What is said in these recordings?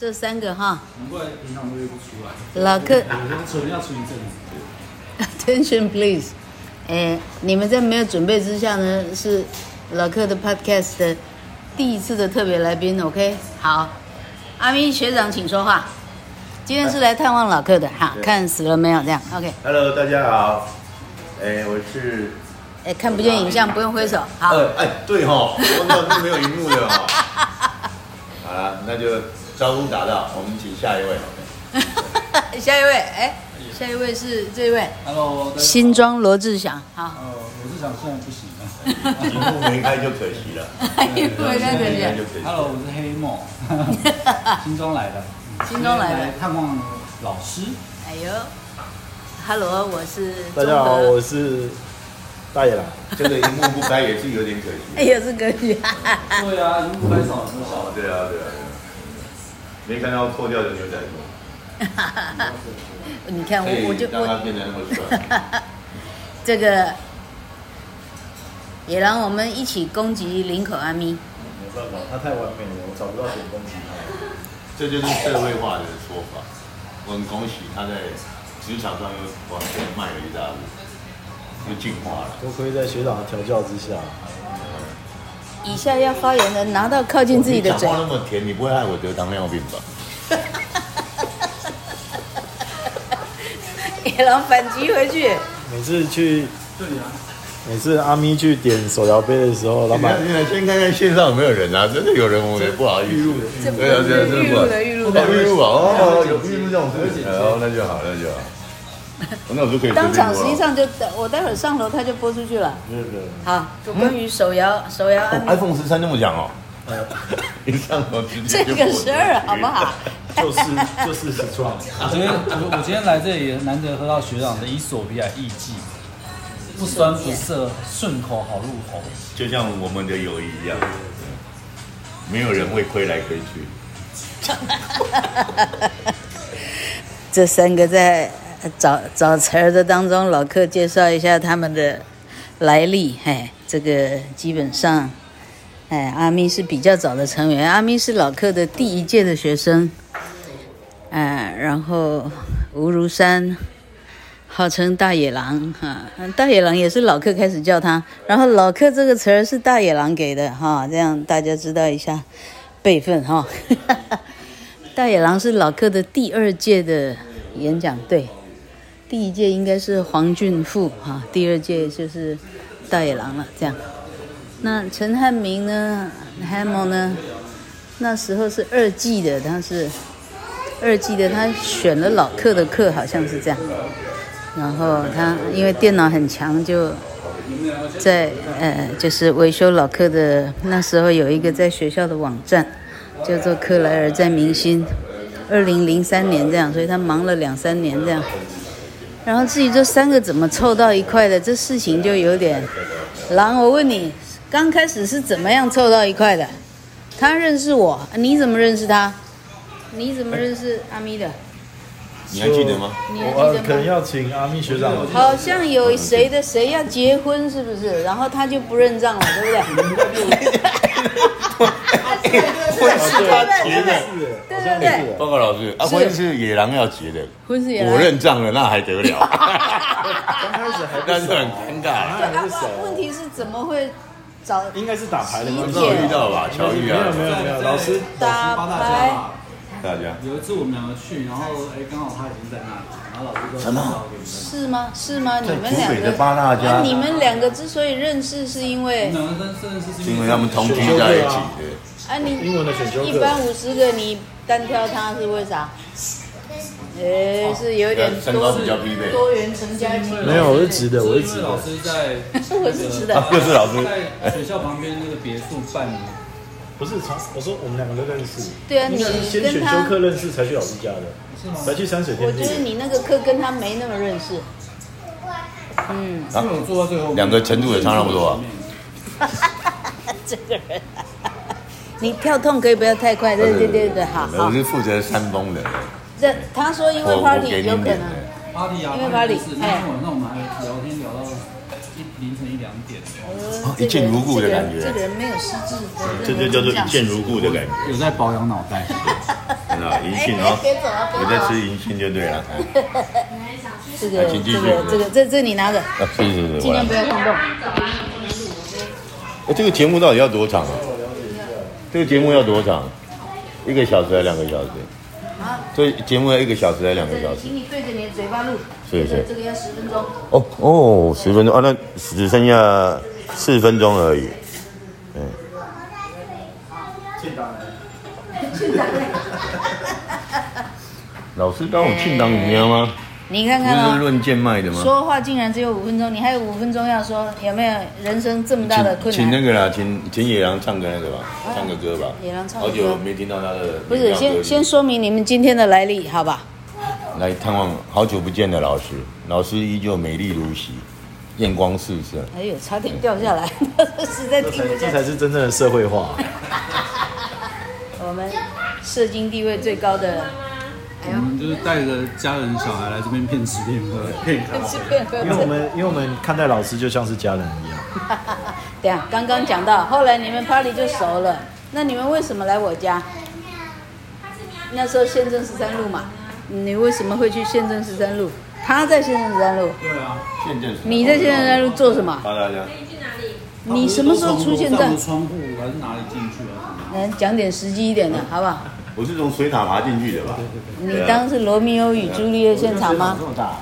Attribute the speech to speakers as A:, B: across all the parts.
A: 这三个哈，
B: 难怪平常都约不出来。
A: 老客
B: 我要存要存一阵子，
A: ，attention please，哎，你们在没有准备之下呢，是老客的 podcast 的第一次的特别来宾，OK？好，阿咪学长请说话。今天是来探望老客的哈，
C: 对
A: 看死了没有这样，OK？
C: Hello，大家好，哎，我是
A: 哎，看不见影像，不用挥手。好，
C: 呃，哎，对哈、哦，我忘到是没有荧幕的哦。好了，那就招呼达到，我们请下一位。
A: 下一位，哎，下一位是这位
B: Hello，大家
A: 新庄罗志祥，好。
B: 呃，我是想现在不行了。
C: 荧幕没开就可惜了。
A: 因为那个人
C: 就可以
B: Hello，我是黑 梦，新中来的，
A: 新庄来的
B: 今天探望老师。
A: 哎呦，Hello，我是
D: 大
A: 中
D: 家好，
A: 和
D: 我是大野狼。
C: 这个荧幕不开也是有点可惜。
A: 哎也是可以啊。
B: 对啊，荧幕拍少很少。
C: 哦，对啊，对啊，对啊，没看到破掉的牛仔裤，
A: 你看
C: 可
A: 我，我就
C: 以让它
A: 我
C: 变得那么帅。
A: 这个也让我们一起攻击林口阿咪。
D: 没办法，他太完美了，我找不到点攻击他。
C: 这就是社会化的说法。我很恭喜他在职场上又往前迈了一大步，又进化了。
D: 多亏在学长的调教之下，
A: 以下要发言的拿到靠近自己的
C: 你
A: 嘴
C: 讲，话那么甜，你不会害我得糖尿病吧？
A: 野狼反击回去。
D: 每次去，
B: 对啊，
D: 每次阿咪去点手摇杯的时候，老
C: 老板
D: 板，
C: 先看看线上有没有人啊！真的有人，我也不好意思。对啊，对啊，真的不好意思。
A: 预录
C: 哦
A: 的，
C: 预录啊，哦，有预录这种
B: 有
C: 事
B: 剪
C: 情，
B: 接
C: 哦，那就好，那 就好。那我就可以随便
A: 当场
C: 播
A: 实
C: 了哦
A: 际上就我待会儿上楼他就播出去了。
D: 日本，
A: 好，就关于手摇手摇阿
C: 哦
A: 咪
C: iPhone 十三那么讲哦， 一上头直
A: 这
C: 接就
A: 个
C: 播
A: 事儿啊好不好？
D: 就是就是实创，
A: 啊
B: 我今天我我今天来这里难得喝到学长的伊索比亚艺妓，E 不酸不涩，顺口好入喉。
C: 就像我们的友谊一样，没有人会亏来亏去。
A: 这三个在呃找找词儿的当中，老客介绍一下他们的来历。嘿，这个基本上，哎，阿咪是比较早的成员，阿咪是老客的第一届的学生。哎，然后吴如山，号称大野狼哈、大野狼也是老客开始叫他，然后老客这个词儿是大野狼给的哈、这样大家知道一下辈分哈。大野狼是老客的第二届的演讲队，第一届应该是黄俊富哈、第二届就是大野狼了。这样，那陈汉明呢，Hamo 呢，那时候是二季的，他是二季的，他选了老客的课，好像是这样。然后他因为电脑很强，就在呃，就是维修老客的那时候有一个在学校的网站，叫做克莱尔在明星，二零零三年这样，所以他忙了两三年这样。然后至于这三个怎么凑到一块的，这事情就有点。狼，我问你，刚开始是怎么样凑到一块的？他认识我，你怎么认识他？你怎么认识阿咪的？
C: 你还记得吗？
A: 你还
D: 我
A: 记得
D: 呃
A: 吗
D: 可能要请阿咪学长，
A: 好像有谁的谁要结婚，是不是？然后他就不认 账了，对不对？
C: 婚是他啊结的，
A: 对对对，
C: 报告老师，啊，
A: 是
C: 婚是野狼要结的，
A: 婚是也来
C: 我认账了，那还得了？
D: 刚开始还不
C: 那
D: 熟
C: 就很尴尬。
A: 对啊啊，问问题是怎么会找
D: 应该是打牌的关
A: 十
D: 系
A: 一。点
C: 遇到吧，
D: 没
C: 巧
D: 有没
C: 遇
D: 有没
C: 啊，
D: 有没有，老师，
A: 打牌？
C: 大家
B: 有一次我们两个去，然后哎，刚好他已经在那里，然后老师说
C: 什么
B: 介绍给你们
A: 是吗？是吗？你
C: 在
A: 们
C: 湖
A: 两
C: 北的
A: 个，
C: 八大
A: 啊
C: 家，
A: 你们两个之所以认识，是因为
B: 两个真真的是
C: 是因为他们同居在一起的，
A: 啊，你
D: 英文的选修课
A: 一般五十个你单挑他是为啥？呃，是有点
C: 身高
A: 多
C: 比较疲惫
A: 多元成家庭，
D: 没有，我是直的，我是
B: 因
D: 直
B: 为
D: 的
B: 老。师在
A: 我是直的
C: 啊，又是老师，
B: 在学校旁边那个别墅办
D: 不是，从我说我们两个都认识，
A: 对啊，你
D: 应该是先
A: 跟
D: 选
A: 他
D: 修课认识才去老师家的，
B: 是吗？
D: 才去山水
A: 我
D: 天地
A: 觉
D: 的。
A: 得你那个课跟他没那么认识。嗯，
C: 啊
B: 因为我坐到最后面，
C: 两个程度也差不多啊
A: 这个人，你跳痛可以不要太快，对对对对，好好
C: 呃我。是负责山东的，
A: 这他说因为
C: 我我
A: party
C: 给你
A: 有可
C: 脸
A: 能，
C: 的，
B: ，party 啊，
A: 因为 party，
B: 就是那
A: 哎
B: 天晚上我们还聊天聊到一凌晨一两点，
A: 呃
C: 一见如故
A: 这
C: 的
A: 个
C: 感觉
A: 这个人没有失智，
C: 这就叫做一见如故的感觉。
B: 有在保养脑袋。
A: 嗯
C: 真的银杏
A: 哎
C: 哦，
A: 啊
C: 我在吃银杏就对 了。哎
A: 这个
C: 啊请继
A: 这
C: 续
A: 个这个这这你拿着，
C: 啊，是是是，
A: 尽
C: 我
A: 量
C: 来
A: 不。要碰动。
C: 哎，这个节目到底要多长啊？这个节目要多长？一个小时还是两个小时？
A: 啊
C: 这节目要一个小时还是两个小时？
A: 请你对着你的嘴巴录，
C: 是是
A: 这个要十分钟。
C: 哦哦，十分钟啊，那只剩下四分钟而已。嗯
D: 进档了，
C: 老师当我庆堂怎么样吗？
A: 你看
C: 不
A: 看
C: 是
A: 哦，
C: 论剑卖的吗？
A: 说话竟然只有五分钟，你还有五分钟要说，有没有人生这么大的
C: 请
A: 困
C: 请那
A: 难？
C: 个啦，请请野狼唱个那个吧，唱个歌吧。
A: 野狼唱个
C: 好
A: 歌
C: 久没听到他的
A: 不
C: 民
A: 是，
C: 谣歌
A: 先
C: 曲
A: 先说明你们今天的来历，好吧？
C: 来探望好久不见的老师，老师依旧美丽如昔，艳光四射。
A: 哎呦，差点掉下来， 实在
D: 这
A: 听
D: 才
A: 不
D: 这
A: 下
D: 才
A: 去。
D: 是真正的社会化。
A: 我们社经地位最高的，哎
B: 我们就是带着家人小孩来这边骗吃骗喝骗卡
A: 呦，是变
D: 因为我们因为我们看待老师就像是家人一样，
A: 对啊，刚刚讲到，后来你们 party 就熟了，那你们为什么来我家？那时候宪政十三路嘛，你为什么会去宪政十三路？他在宪政十三路，
B: 对啊，
C: 见证
A: 你在宪政十三路做什么？
C: 好大家，
A: 你什么时候出现在
B: 上？窗户还哦是哪里进去啊？
A: 来嗯讲点实际一点的，好不好？
C: 我是从水塔爬进去的吧？
B: 啊
A: 你当是罗密欧与朱丽叶现场吗
D: 这？么大，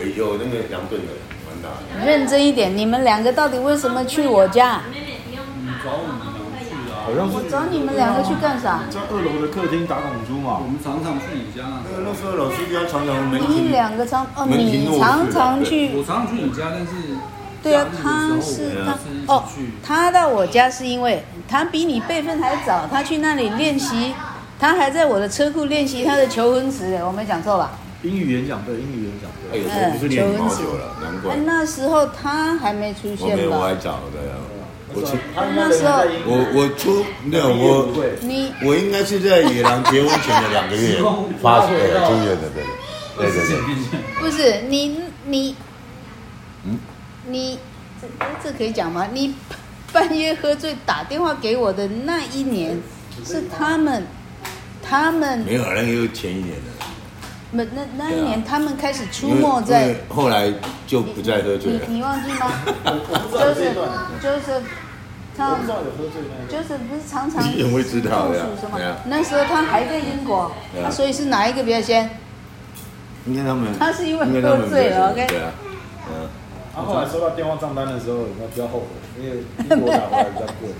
C: 哎呦，那个两吨的，蛮大的。
A: 认真一点，你们两个到底为什么去我家？
B: 你找我们常去啊，
D: 好像
A: 我
D: 是
A: 找你们两个去干啥？
D: 在二楼的客厅打拱猪嘛
B: 我。们常常去你家啊。
C: 那时候老师要常常门
A: 你
C: 庭，
A: 两个常哦，
C: 门庭
A: 你
C: 若市啊
A: 常常去
B: 我常常去你家，但是
A: 对啊，
B: 假日
A: 他
B: 的时
A: 是
B: 候
A: 他
B: 我
A: 哦
B: 们是一起去，。
A: 他到我家是因为他比你辈分还早，他去那里练习，他还在我的车库练习他的求婚词，我没讲错吧？
D: 英语演讲对，英语演讲
C: 哎
D: 对。
C: 呦，我不是练好久了，难怪
A: 哎，那时候他还没出
C: 我没
A: 现
C: 有，我
A: 吧
C: 还？找的呀。我出
A: 那时候
C: 我我出没有
D: 不
C: 我
D: 会
A: 你
C: 我应该是在野狼结婚前的两个月发生的住院的，对对对对对。
A: 不是你你，
C: 嗯
A: 你这这可以讲吗？你半夜喝醉打电话给我的那一年，是他们他们
C: 嗯没有，那个又前一年的，
A: 那那那一
C: 对啊
A: 年他们开始出
C: 因为
A: 没
C: 因
A: 在
C: 为。后来就不再喝醉
A: 你
C: 了。
A: 你忘记吗？
D: 不知道
A: 就
D: 有
A: 是
D: 这一段
A: 就是
D: 我
A: 他
D: 不知道有喝醉那个。
A: 就是不是常常
C: 你很会知道
A: 中
C: 的呀
A: 暑什么
C: 对啊？
A: 那时候他还在英国，
C: 对啊
A: 啊所以是哪一个比较先？
C: 应该他们，
A: 他是因为
C: 应该他们
A: 喝醉了，OK
C: 对啊，嗯，
D: 啊，后来收到电话账单的时候，有没有比较后悔？因为英国打回来比较贵。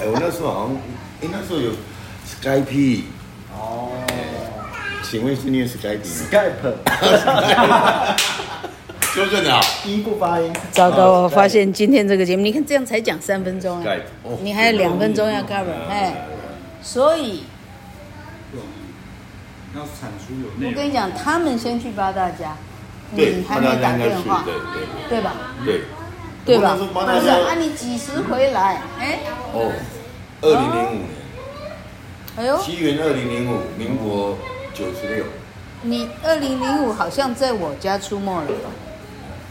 C: 哎，我那时候好像，哎，那时候有 Skype，
D: 哦
C: 请问是念 Skype 吗？
D: ，Skype，
C: 纠正啊
D: 英不发音。哦
A: 糟糕！我发现今天这个节目，你看这样才讲三分钟啊
C: ，Skype，哦
A: 你还有两分钟要 cover，哎，所以
B: 要产出有
A: 我
B: 内
A: 跟
B: 容
A: 你。讲，他们先去八大家，
C: 嗯对，
A: 你还
C: 他
A: 没
C: 那
A: 打
C: 应该
A: 电
C: 去，
A: 话，
C: 对
A: 对吧？
C: 对对，
A: 对吧？
C: 我那时候
A: 不
C: 八大家
A: 是啊，你几时回来？哎，
C: 哦，二零零五年，
A: 哎呦，
C: 西元二零零五，民国九十六，
A: 你二零零五好像在我家出没了吧？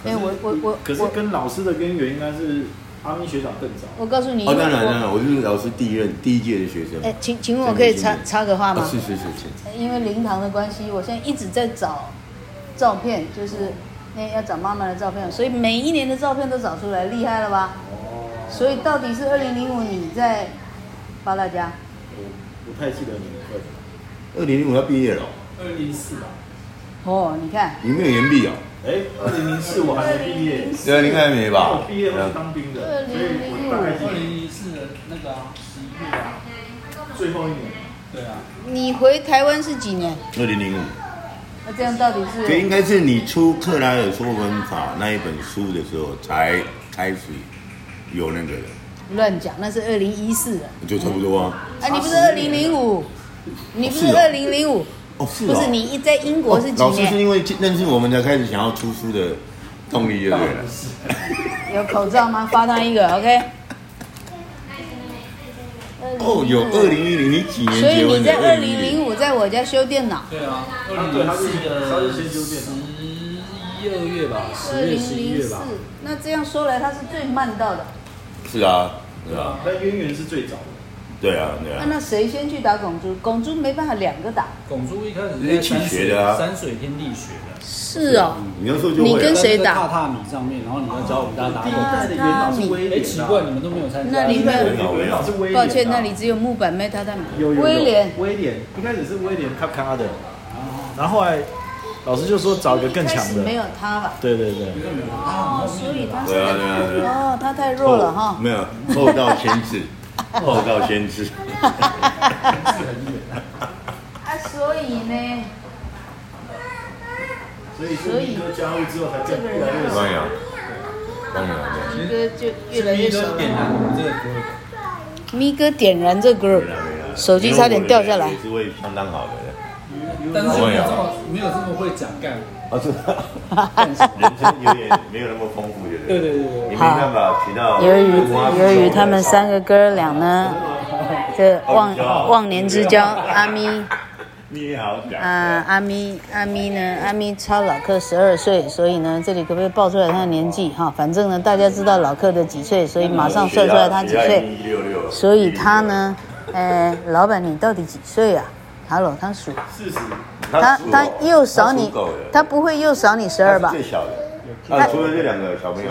A: 哎，我我我
D: 可是
A: 我
D: 跟老师的渊源应该是阿咪学长更早。
A: 我告诉你，
C: 哦，当然当
A: 我
C: 然，我是老师第一任第一届的学生，
A: 哎，请请问我可以插插个话吗
C: 啊？是是是是，
A: 因为灵堂的关系，我现在一直在找照片，就是那要找妈妈的照片，所以每一年的照片都找出来，厉害了吧？
D: 哦
A: 所以到底是二零零五你在巴大家，
D: 我不太记得年份。
C: 二零零五要毕业了哦，
B: 二零零四吧，
A: 哦，你看，
C: 你没有延毕哦？
D: 哎，二零零四我还没毕业，
C: 对啊，你看没
D: 啊
C: 吧嗯
D: 我？毕业我是当兵的，所以我大概记
B: 二
D: 得
B: 零零四的那个啊，十一月啊，
D: 最后一年。
B: 对啊，
A: 你回台湾是几年？
C: 二零零五，
A: 那这样到底
C: 这应
A: 是？
C: 该是你出克莱尔说文法那一本书的时候才开始有那个的，
A: 乱讲，那是二零一四的。
C: 就差不多啊。
A: 啊，你不是二零零五，你不是
C: 是哦
A: 二零零五，
C: 哦，是
A: 不
C: 哦
A: 是你一在英国是几
C: 老师是
A: 年？
C: 因为认识我们才开始想要出书的动力，就对了。
A: 有口罩吗？发他一个，OK。
C: 哦，有二零一零，你几年
A: 所以
C: 结婚
A: 你
C: 的？
A: 在二零零
C: 五。
A: 五在我家修电脑，
B: 对啊，二
D: 啊
B: 零
D: 对
B: 零
D: 他是
B: 四的
D: 他是先修电脑
B: 十一二月吧，
A: 二
B: 十月十
A: 零
B: 一
A: 零
B: 月
A: 四
B: 吧，，
A: 那这样说来他是最慢到的。
C: 是啊，对啊，
D: 但渊源是最早的，
C: 对啊，对
A: 啊
C: 啊，
A: 那谁先去打拱珠？拱珠没办法两个打。
B: 拱珠一开始
C: 一
B: 在
C: 起
B: 山
C: 学
B: 水
C: 的啊
B: 山水天地学的，
A: 是哦，
C: 你那时候就会啊
A: 你跟
C: 了
A: 谁
B: 在
A: 打
B: 榻榻米上面，然后你要教我们大家打
D: 第一
B: 拱珠。
D: 代的元老是威
B: 哎，
D: 廉、啊，
B: 奇怪，你们都没有参
A: 嗯
B: 加。
A: 那
D: 第
A: 你
D: 一
A: 们
D: 代的元老是威廉、
A: 抱
D: 啊，
A: 歉，那里只有木板没榻榻米。
D: 有有有
A: 威廉，
D: 威廉一开始是威廉咔咔的，然后后来老师就说找一个哦更
A: 一开
D: 强
A: 始
D: 的，
A: 没有他吧？
D: 对对对，
A: 哦，所以他
C: 对啊对啊对啊
A: 哦，他太 弱了
C: 后
A: 哈。
C: 没有后到先 至，后到先至，
A: 啊，所以呢，
D: 所以
A: 所以
D: 一哥加入之后才
A: 这个
D: 更
A: 人
D: 越来越少
C: 当。然，当然，对啊
A: 一哥就越来
B: 第
A: 越
B: 一
A: 少
B: 个
A: 了。
B: 点燃我们这个歌的。
A: 咪哥点燃这
C: 没
A: group，
C: 啦没啦
A: 手机差点掉下来
C: 啊因为我的人也是会相当好的 人，
B: 但是就没有这么没有这么会讲干。
C: 啊是，
B: 干什么
C: 人生有点没有那么丰富，对不
B: 对对对
C: 对？
B: 对
C: 你
B: 对，
C: 没办法提到
A: 由于
C: 文化不
A: 由
C: 同的
A: 于他们三个哥俩呢，这忘忘年之交，阿咪。
C: 你也好讲
A: 啊，阿咪，阿咪呢？阿咪超老克十二岁，所以呢，这里可不可以报出来他的年纪哈？反正呢，大家知道老克的几岁，所以马上算出来他几岁。
C: 一六六，
A: 所以他呢，呃，老板你到底几岁啊？Hello，他数
C: 四十，
A: 他
C: 属狗
A: 他又少你
C: 他属狗的，
A: 他不会又少你十
C: 他
A: 二
C: 是
A: 吧
C: 最？小的，啊，除了这两个小朋友，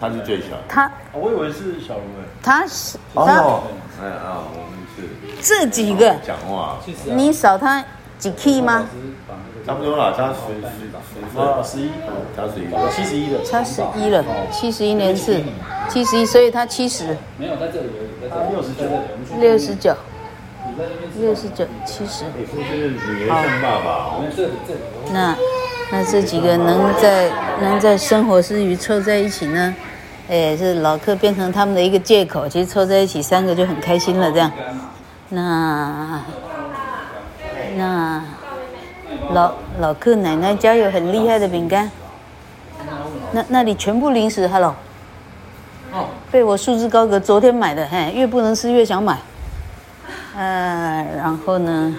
C: 他是最小的。
A: 他
D: 哦我以为是小龙哎，
A: 他是他，
C: 哎啊，我们是
A: 这几个，
C: 讲话，
B: 其实啊
A: 你少他几 key 吗？
C: 差不多啦，差十十十岁，
D: 啊，十一，
C: 差十一
D: 我
C: 岁，
D: 七十一的，
A: 他十一了，
D: 哦
A: 七十一年次，七十一，所以他七十
B: 没有在这里而已，在这
D: 他
B: 里
D: 六十九，
A: 六十九，
B: 你在那边
A: 六十九七十。
C: 你是这个女儿像爸爸
B: 我
C: 哦，
B: 们这里这里，
A: 那那这几个能在能在生活之余凑在一起呢，哎，是老客变成他们的一个借口。其实凑在一起三个就很开心了，这样。那那老老客奶奶家有很厉害的饼干，那那里全部零食，hello。被
B: 哦
A: 我束之高阁，昨天买的，嘿，越不能吃越想买。呃，然后呢？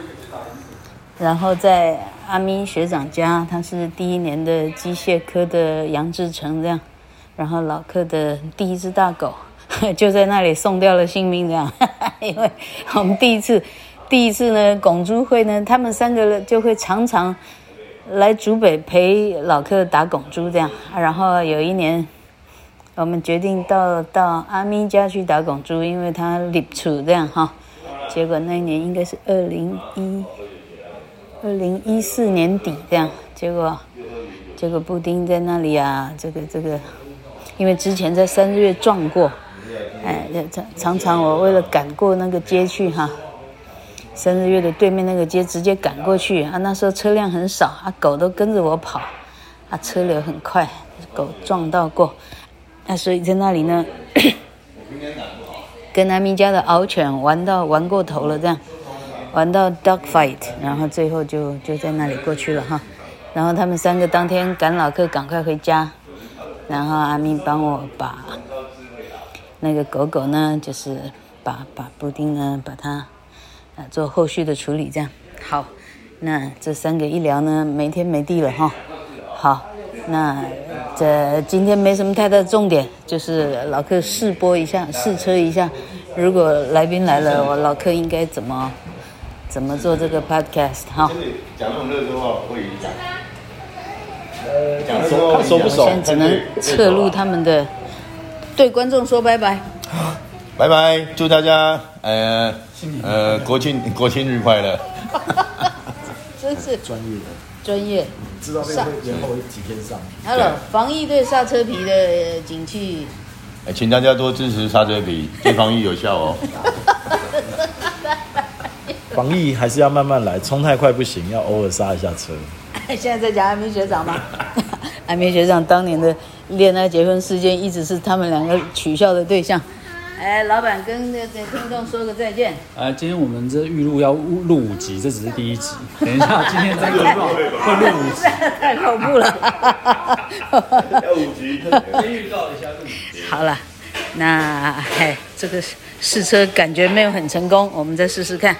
A: 然后在阿咪学长家，他是第一年的机械科的杨志成这样，然后老客的第一只大狗就在那里送掉了性命这样， 因为我们第一次，第一次呢拱珠会呢，他们三个就会常常来竹北陪老客打拱珠这样，然后有一年。我们决定到到阿咪家去打拱珠，因为他立储这样哈。结果那一年应该是二零一二零一四年底这样，结果结果布丁在那里啊，这个这个，因为之前在三月撞过，哎，常常常我为了赶过那个街去哈，三日月的对面那个街直接赶过去啊，那时候车辆很少啊，狗都跟着我跑，啊，车流很快，狗撞到过，那所以在那里呢。 跟南明家的獒犬玩到玩过头了，这样玩到 dog fight，然后最后就就在那里过去了哈。然后他们三个当天赶老客，赶快回家。然后阿咪帮我把那个狗狗呢，就是把把布丁呢，把它呃做后续的处理，这样好。那这三个一聊呢，没天没地了哈。好，那这今天没什么太大的重点，就是老客试播一下，试车一下。如果来宾来了，我老客应该怎么怎么做这个 podcast 哈？
C: 真的讲那种热度话会影响，讲
D: 看熟不
A: 我
D: 熟
A: 现在只能侧录他们的，对观众说拜拜。
C: 拜拜，祝大家呃呃国庆国庆日快乐。
A: 真是
D: 哎专业的，嗯
A: 专业。
D: 知道这个会延后几天上。
A: Hello，防疫对刹车皮的景气，
C: 哎请大家多支持刹车皮，对防疫有效哦。
D: 防疫还是要慢慢来，冲太快不行，要偶尔刹一下车。
A: 现在在讲阿明学长吗？ 阿明学长当年的恋爱结婚事件一直是他们两个取笑的对象。哎，老板跟那个听众说个再见。
B: 啊，今天我们这预录要录五集，这只是第一集。等一下，今天再 录会录五集。
A: 太恐怖了。
C: 要五级，
B: 预告一下录。
A: 好了，那哎，这个试车感觉没有很成功，我们再试试看。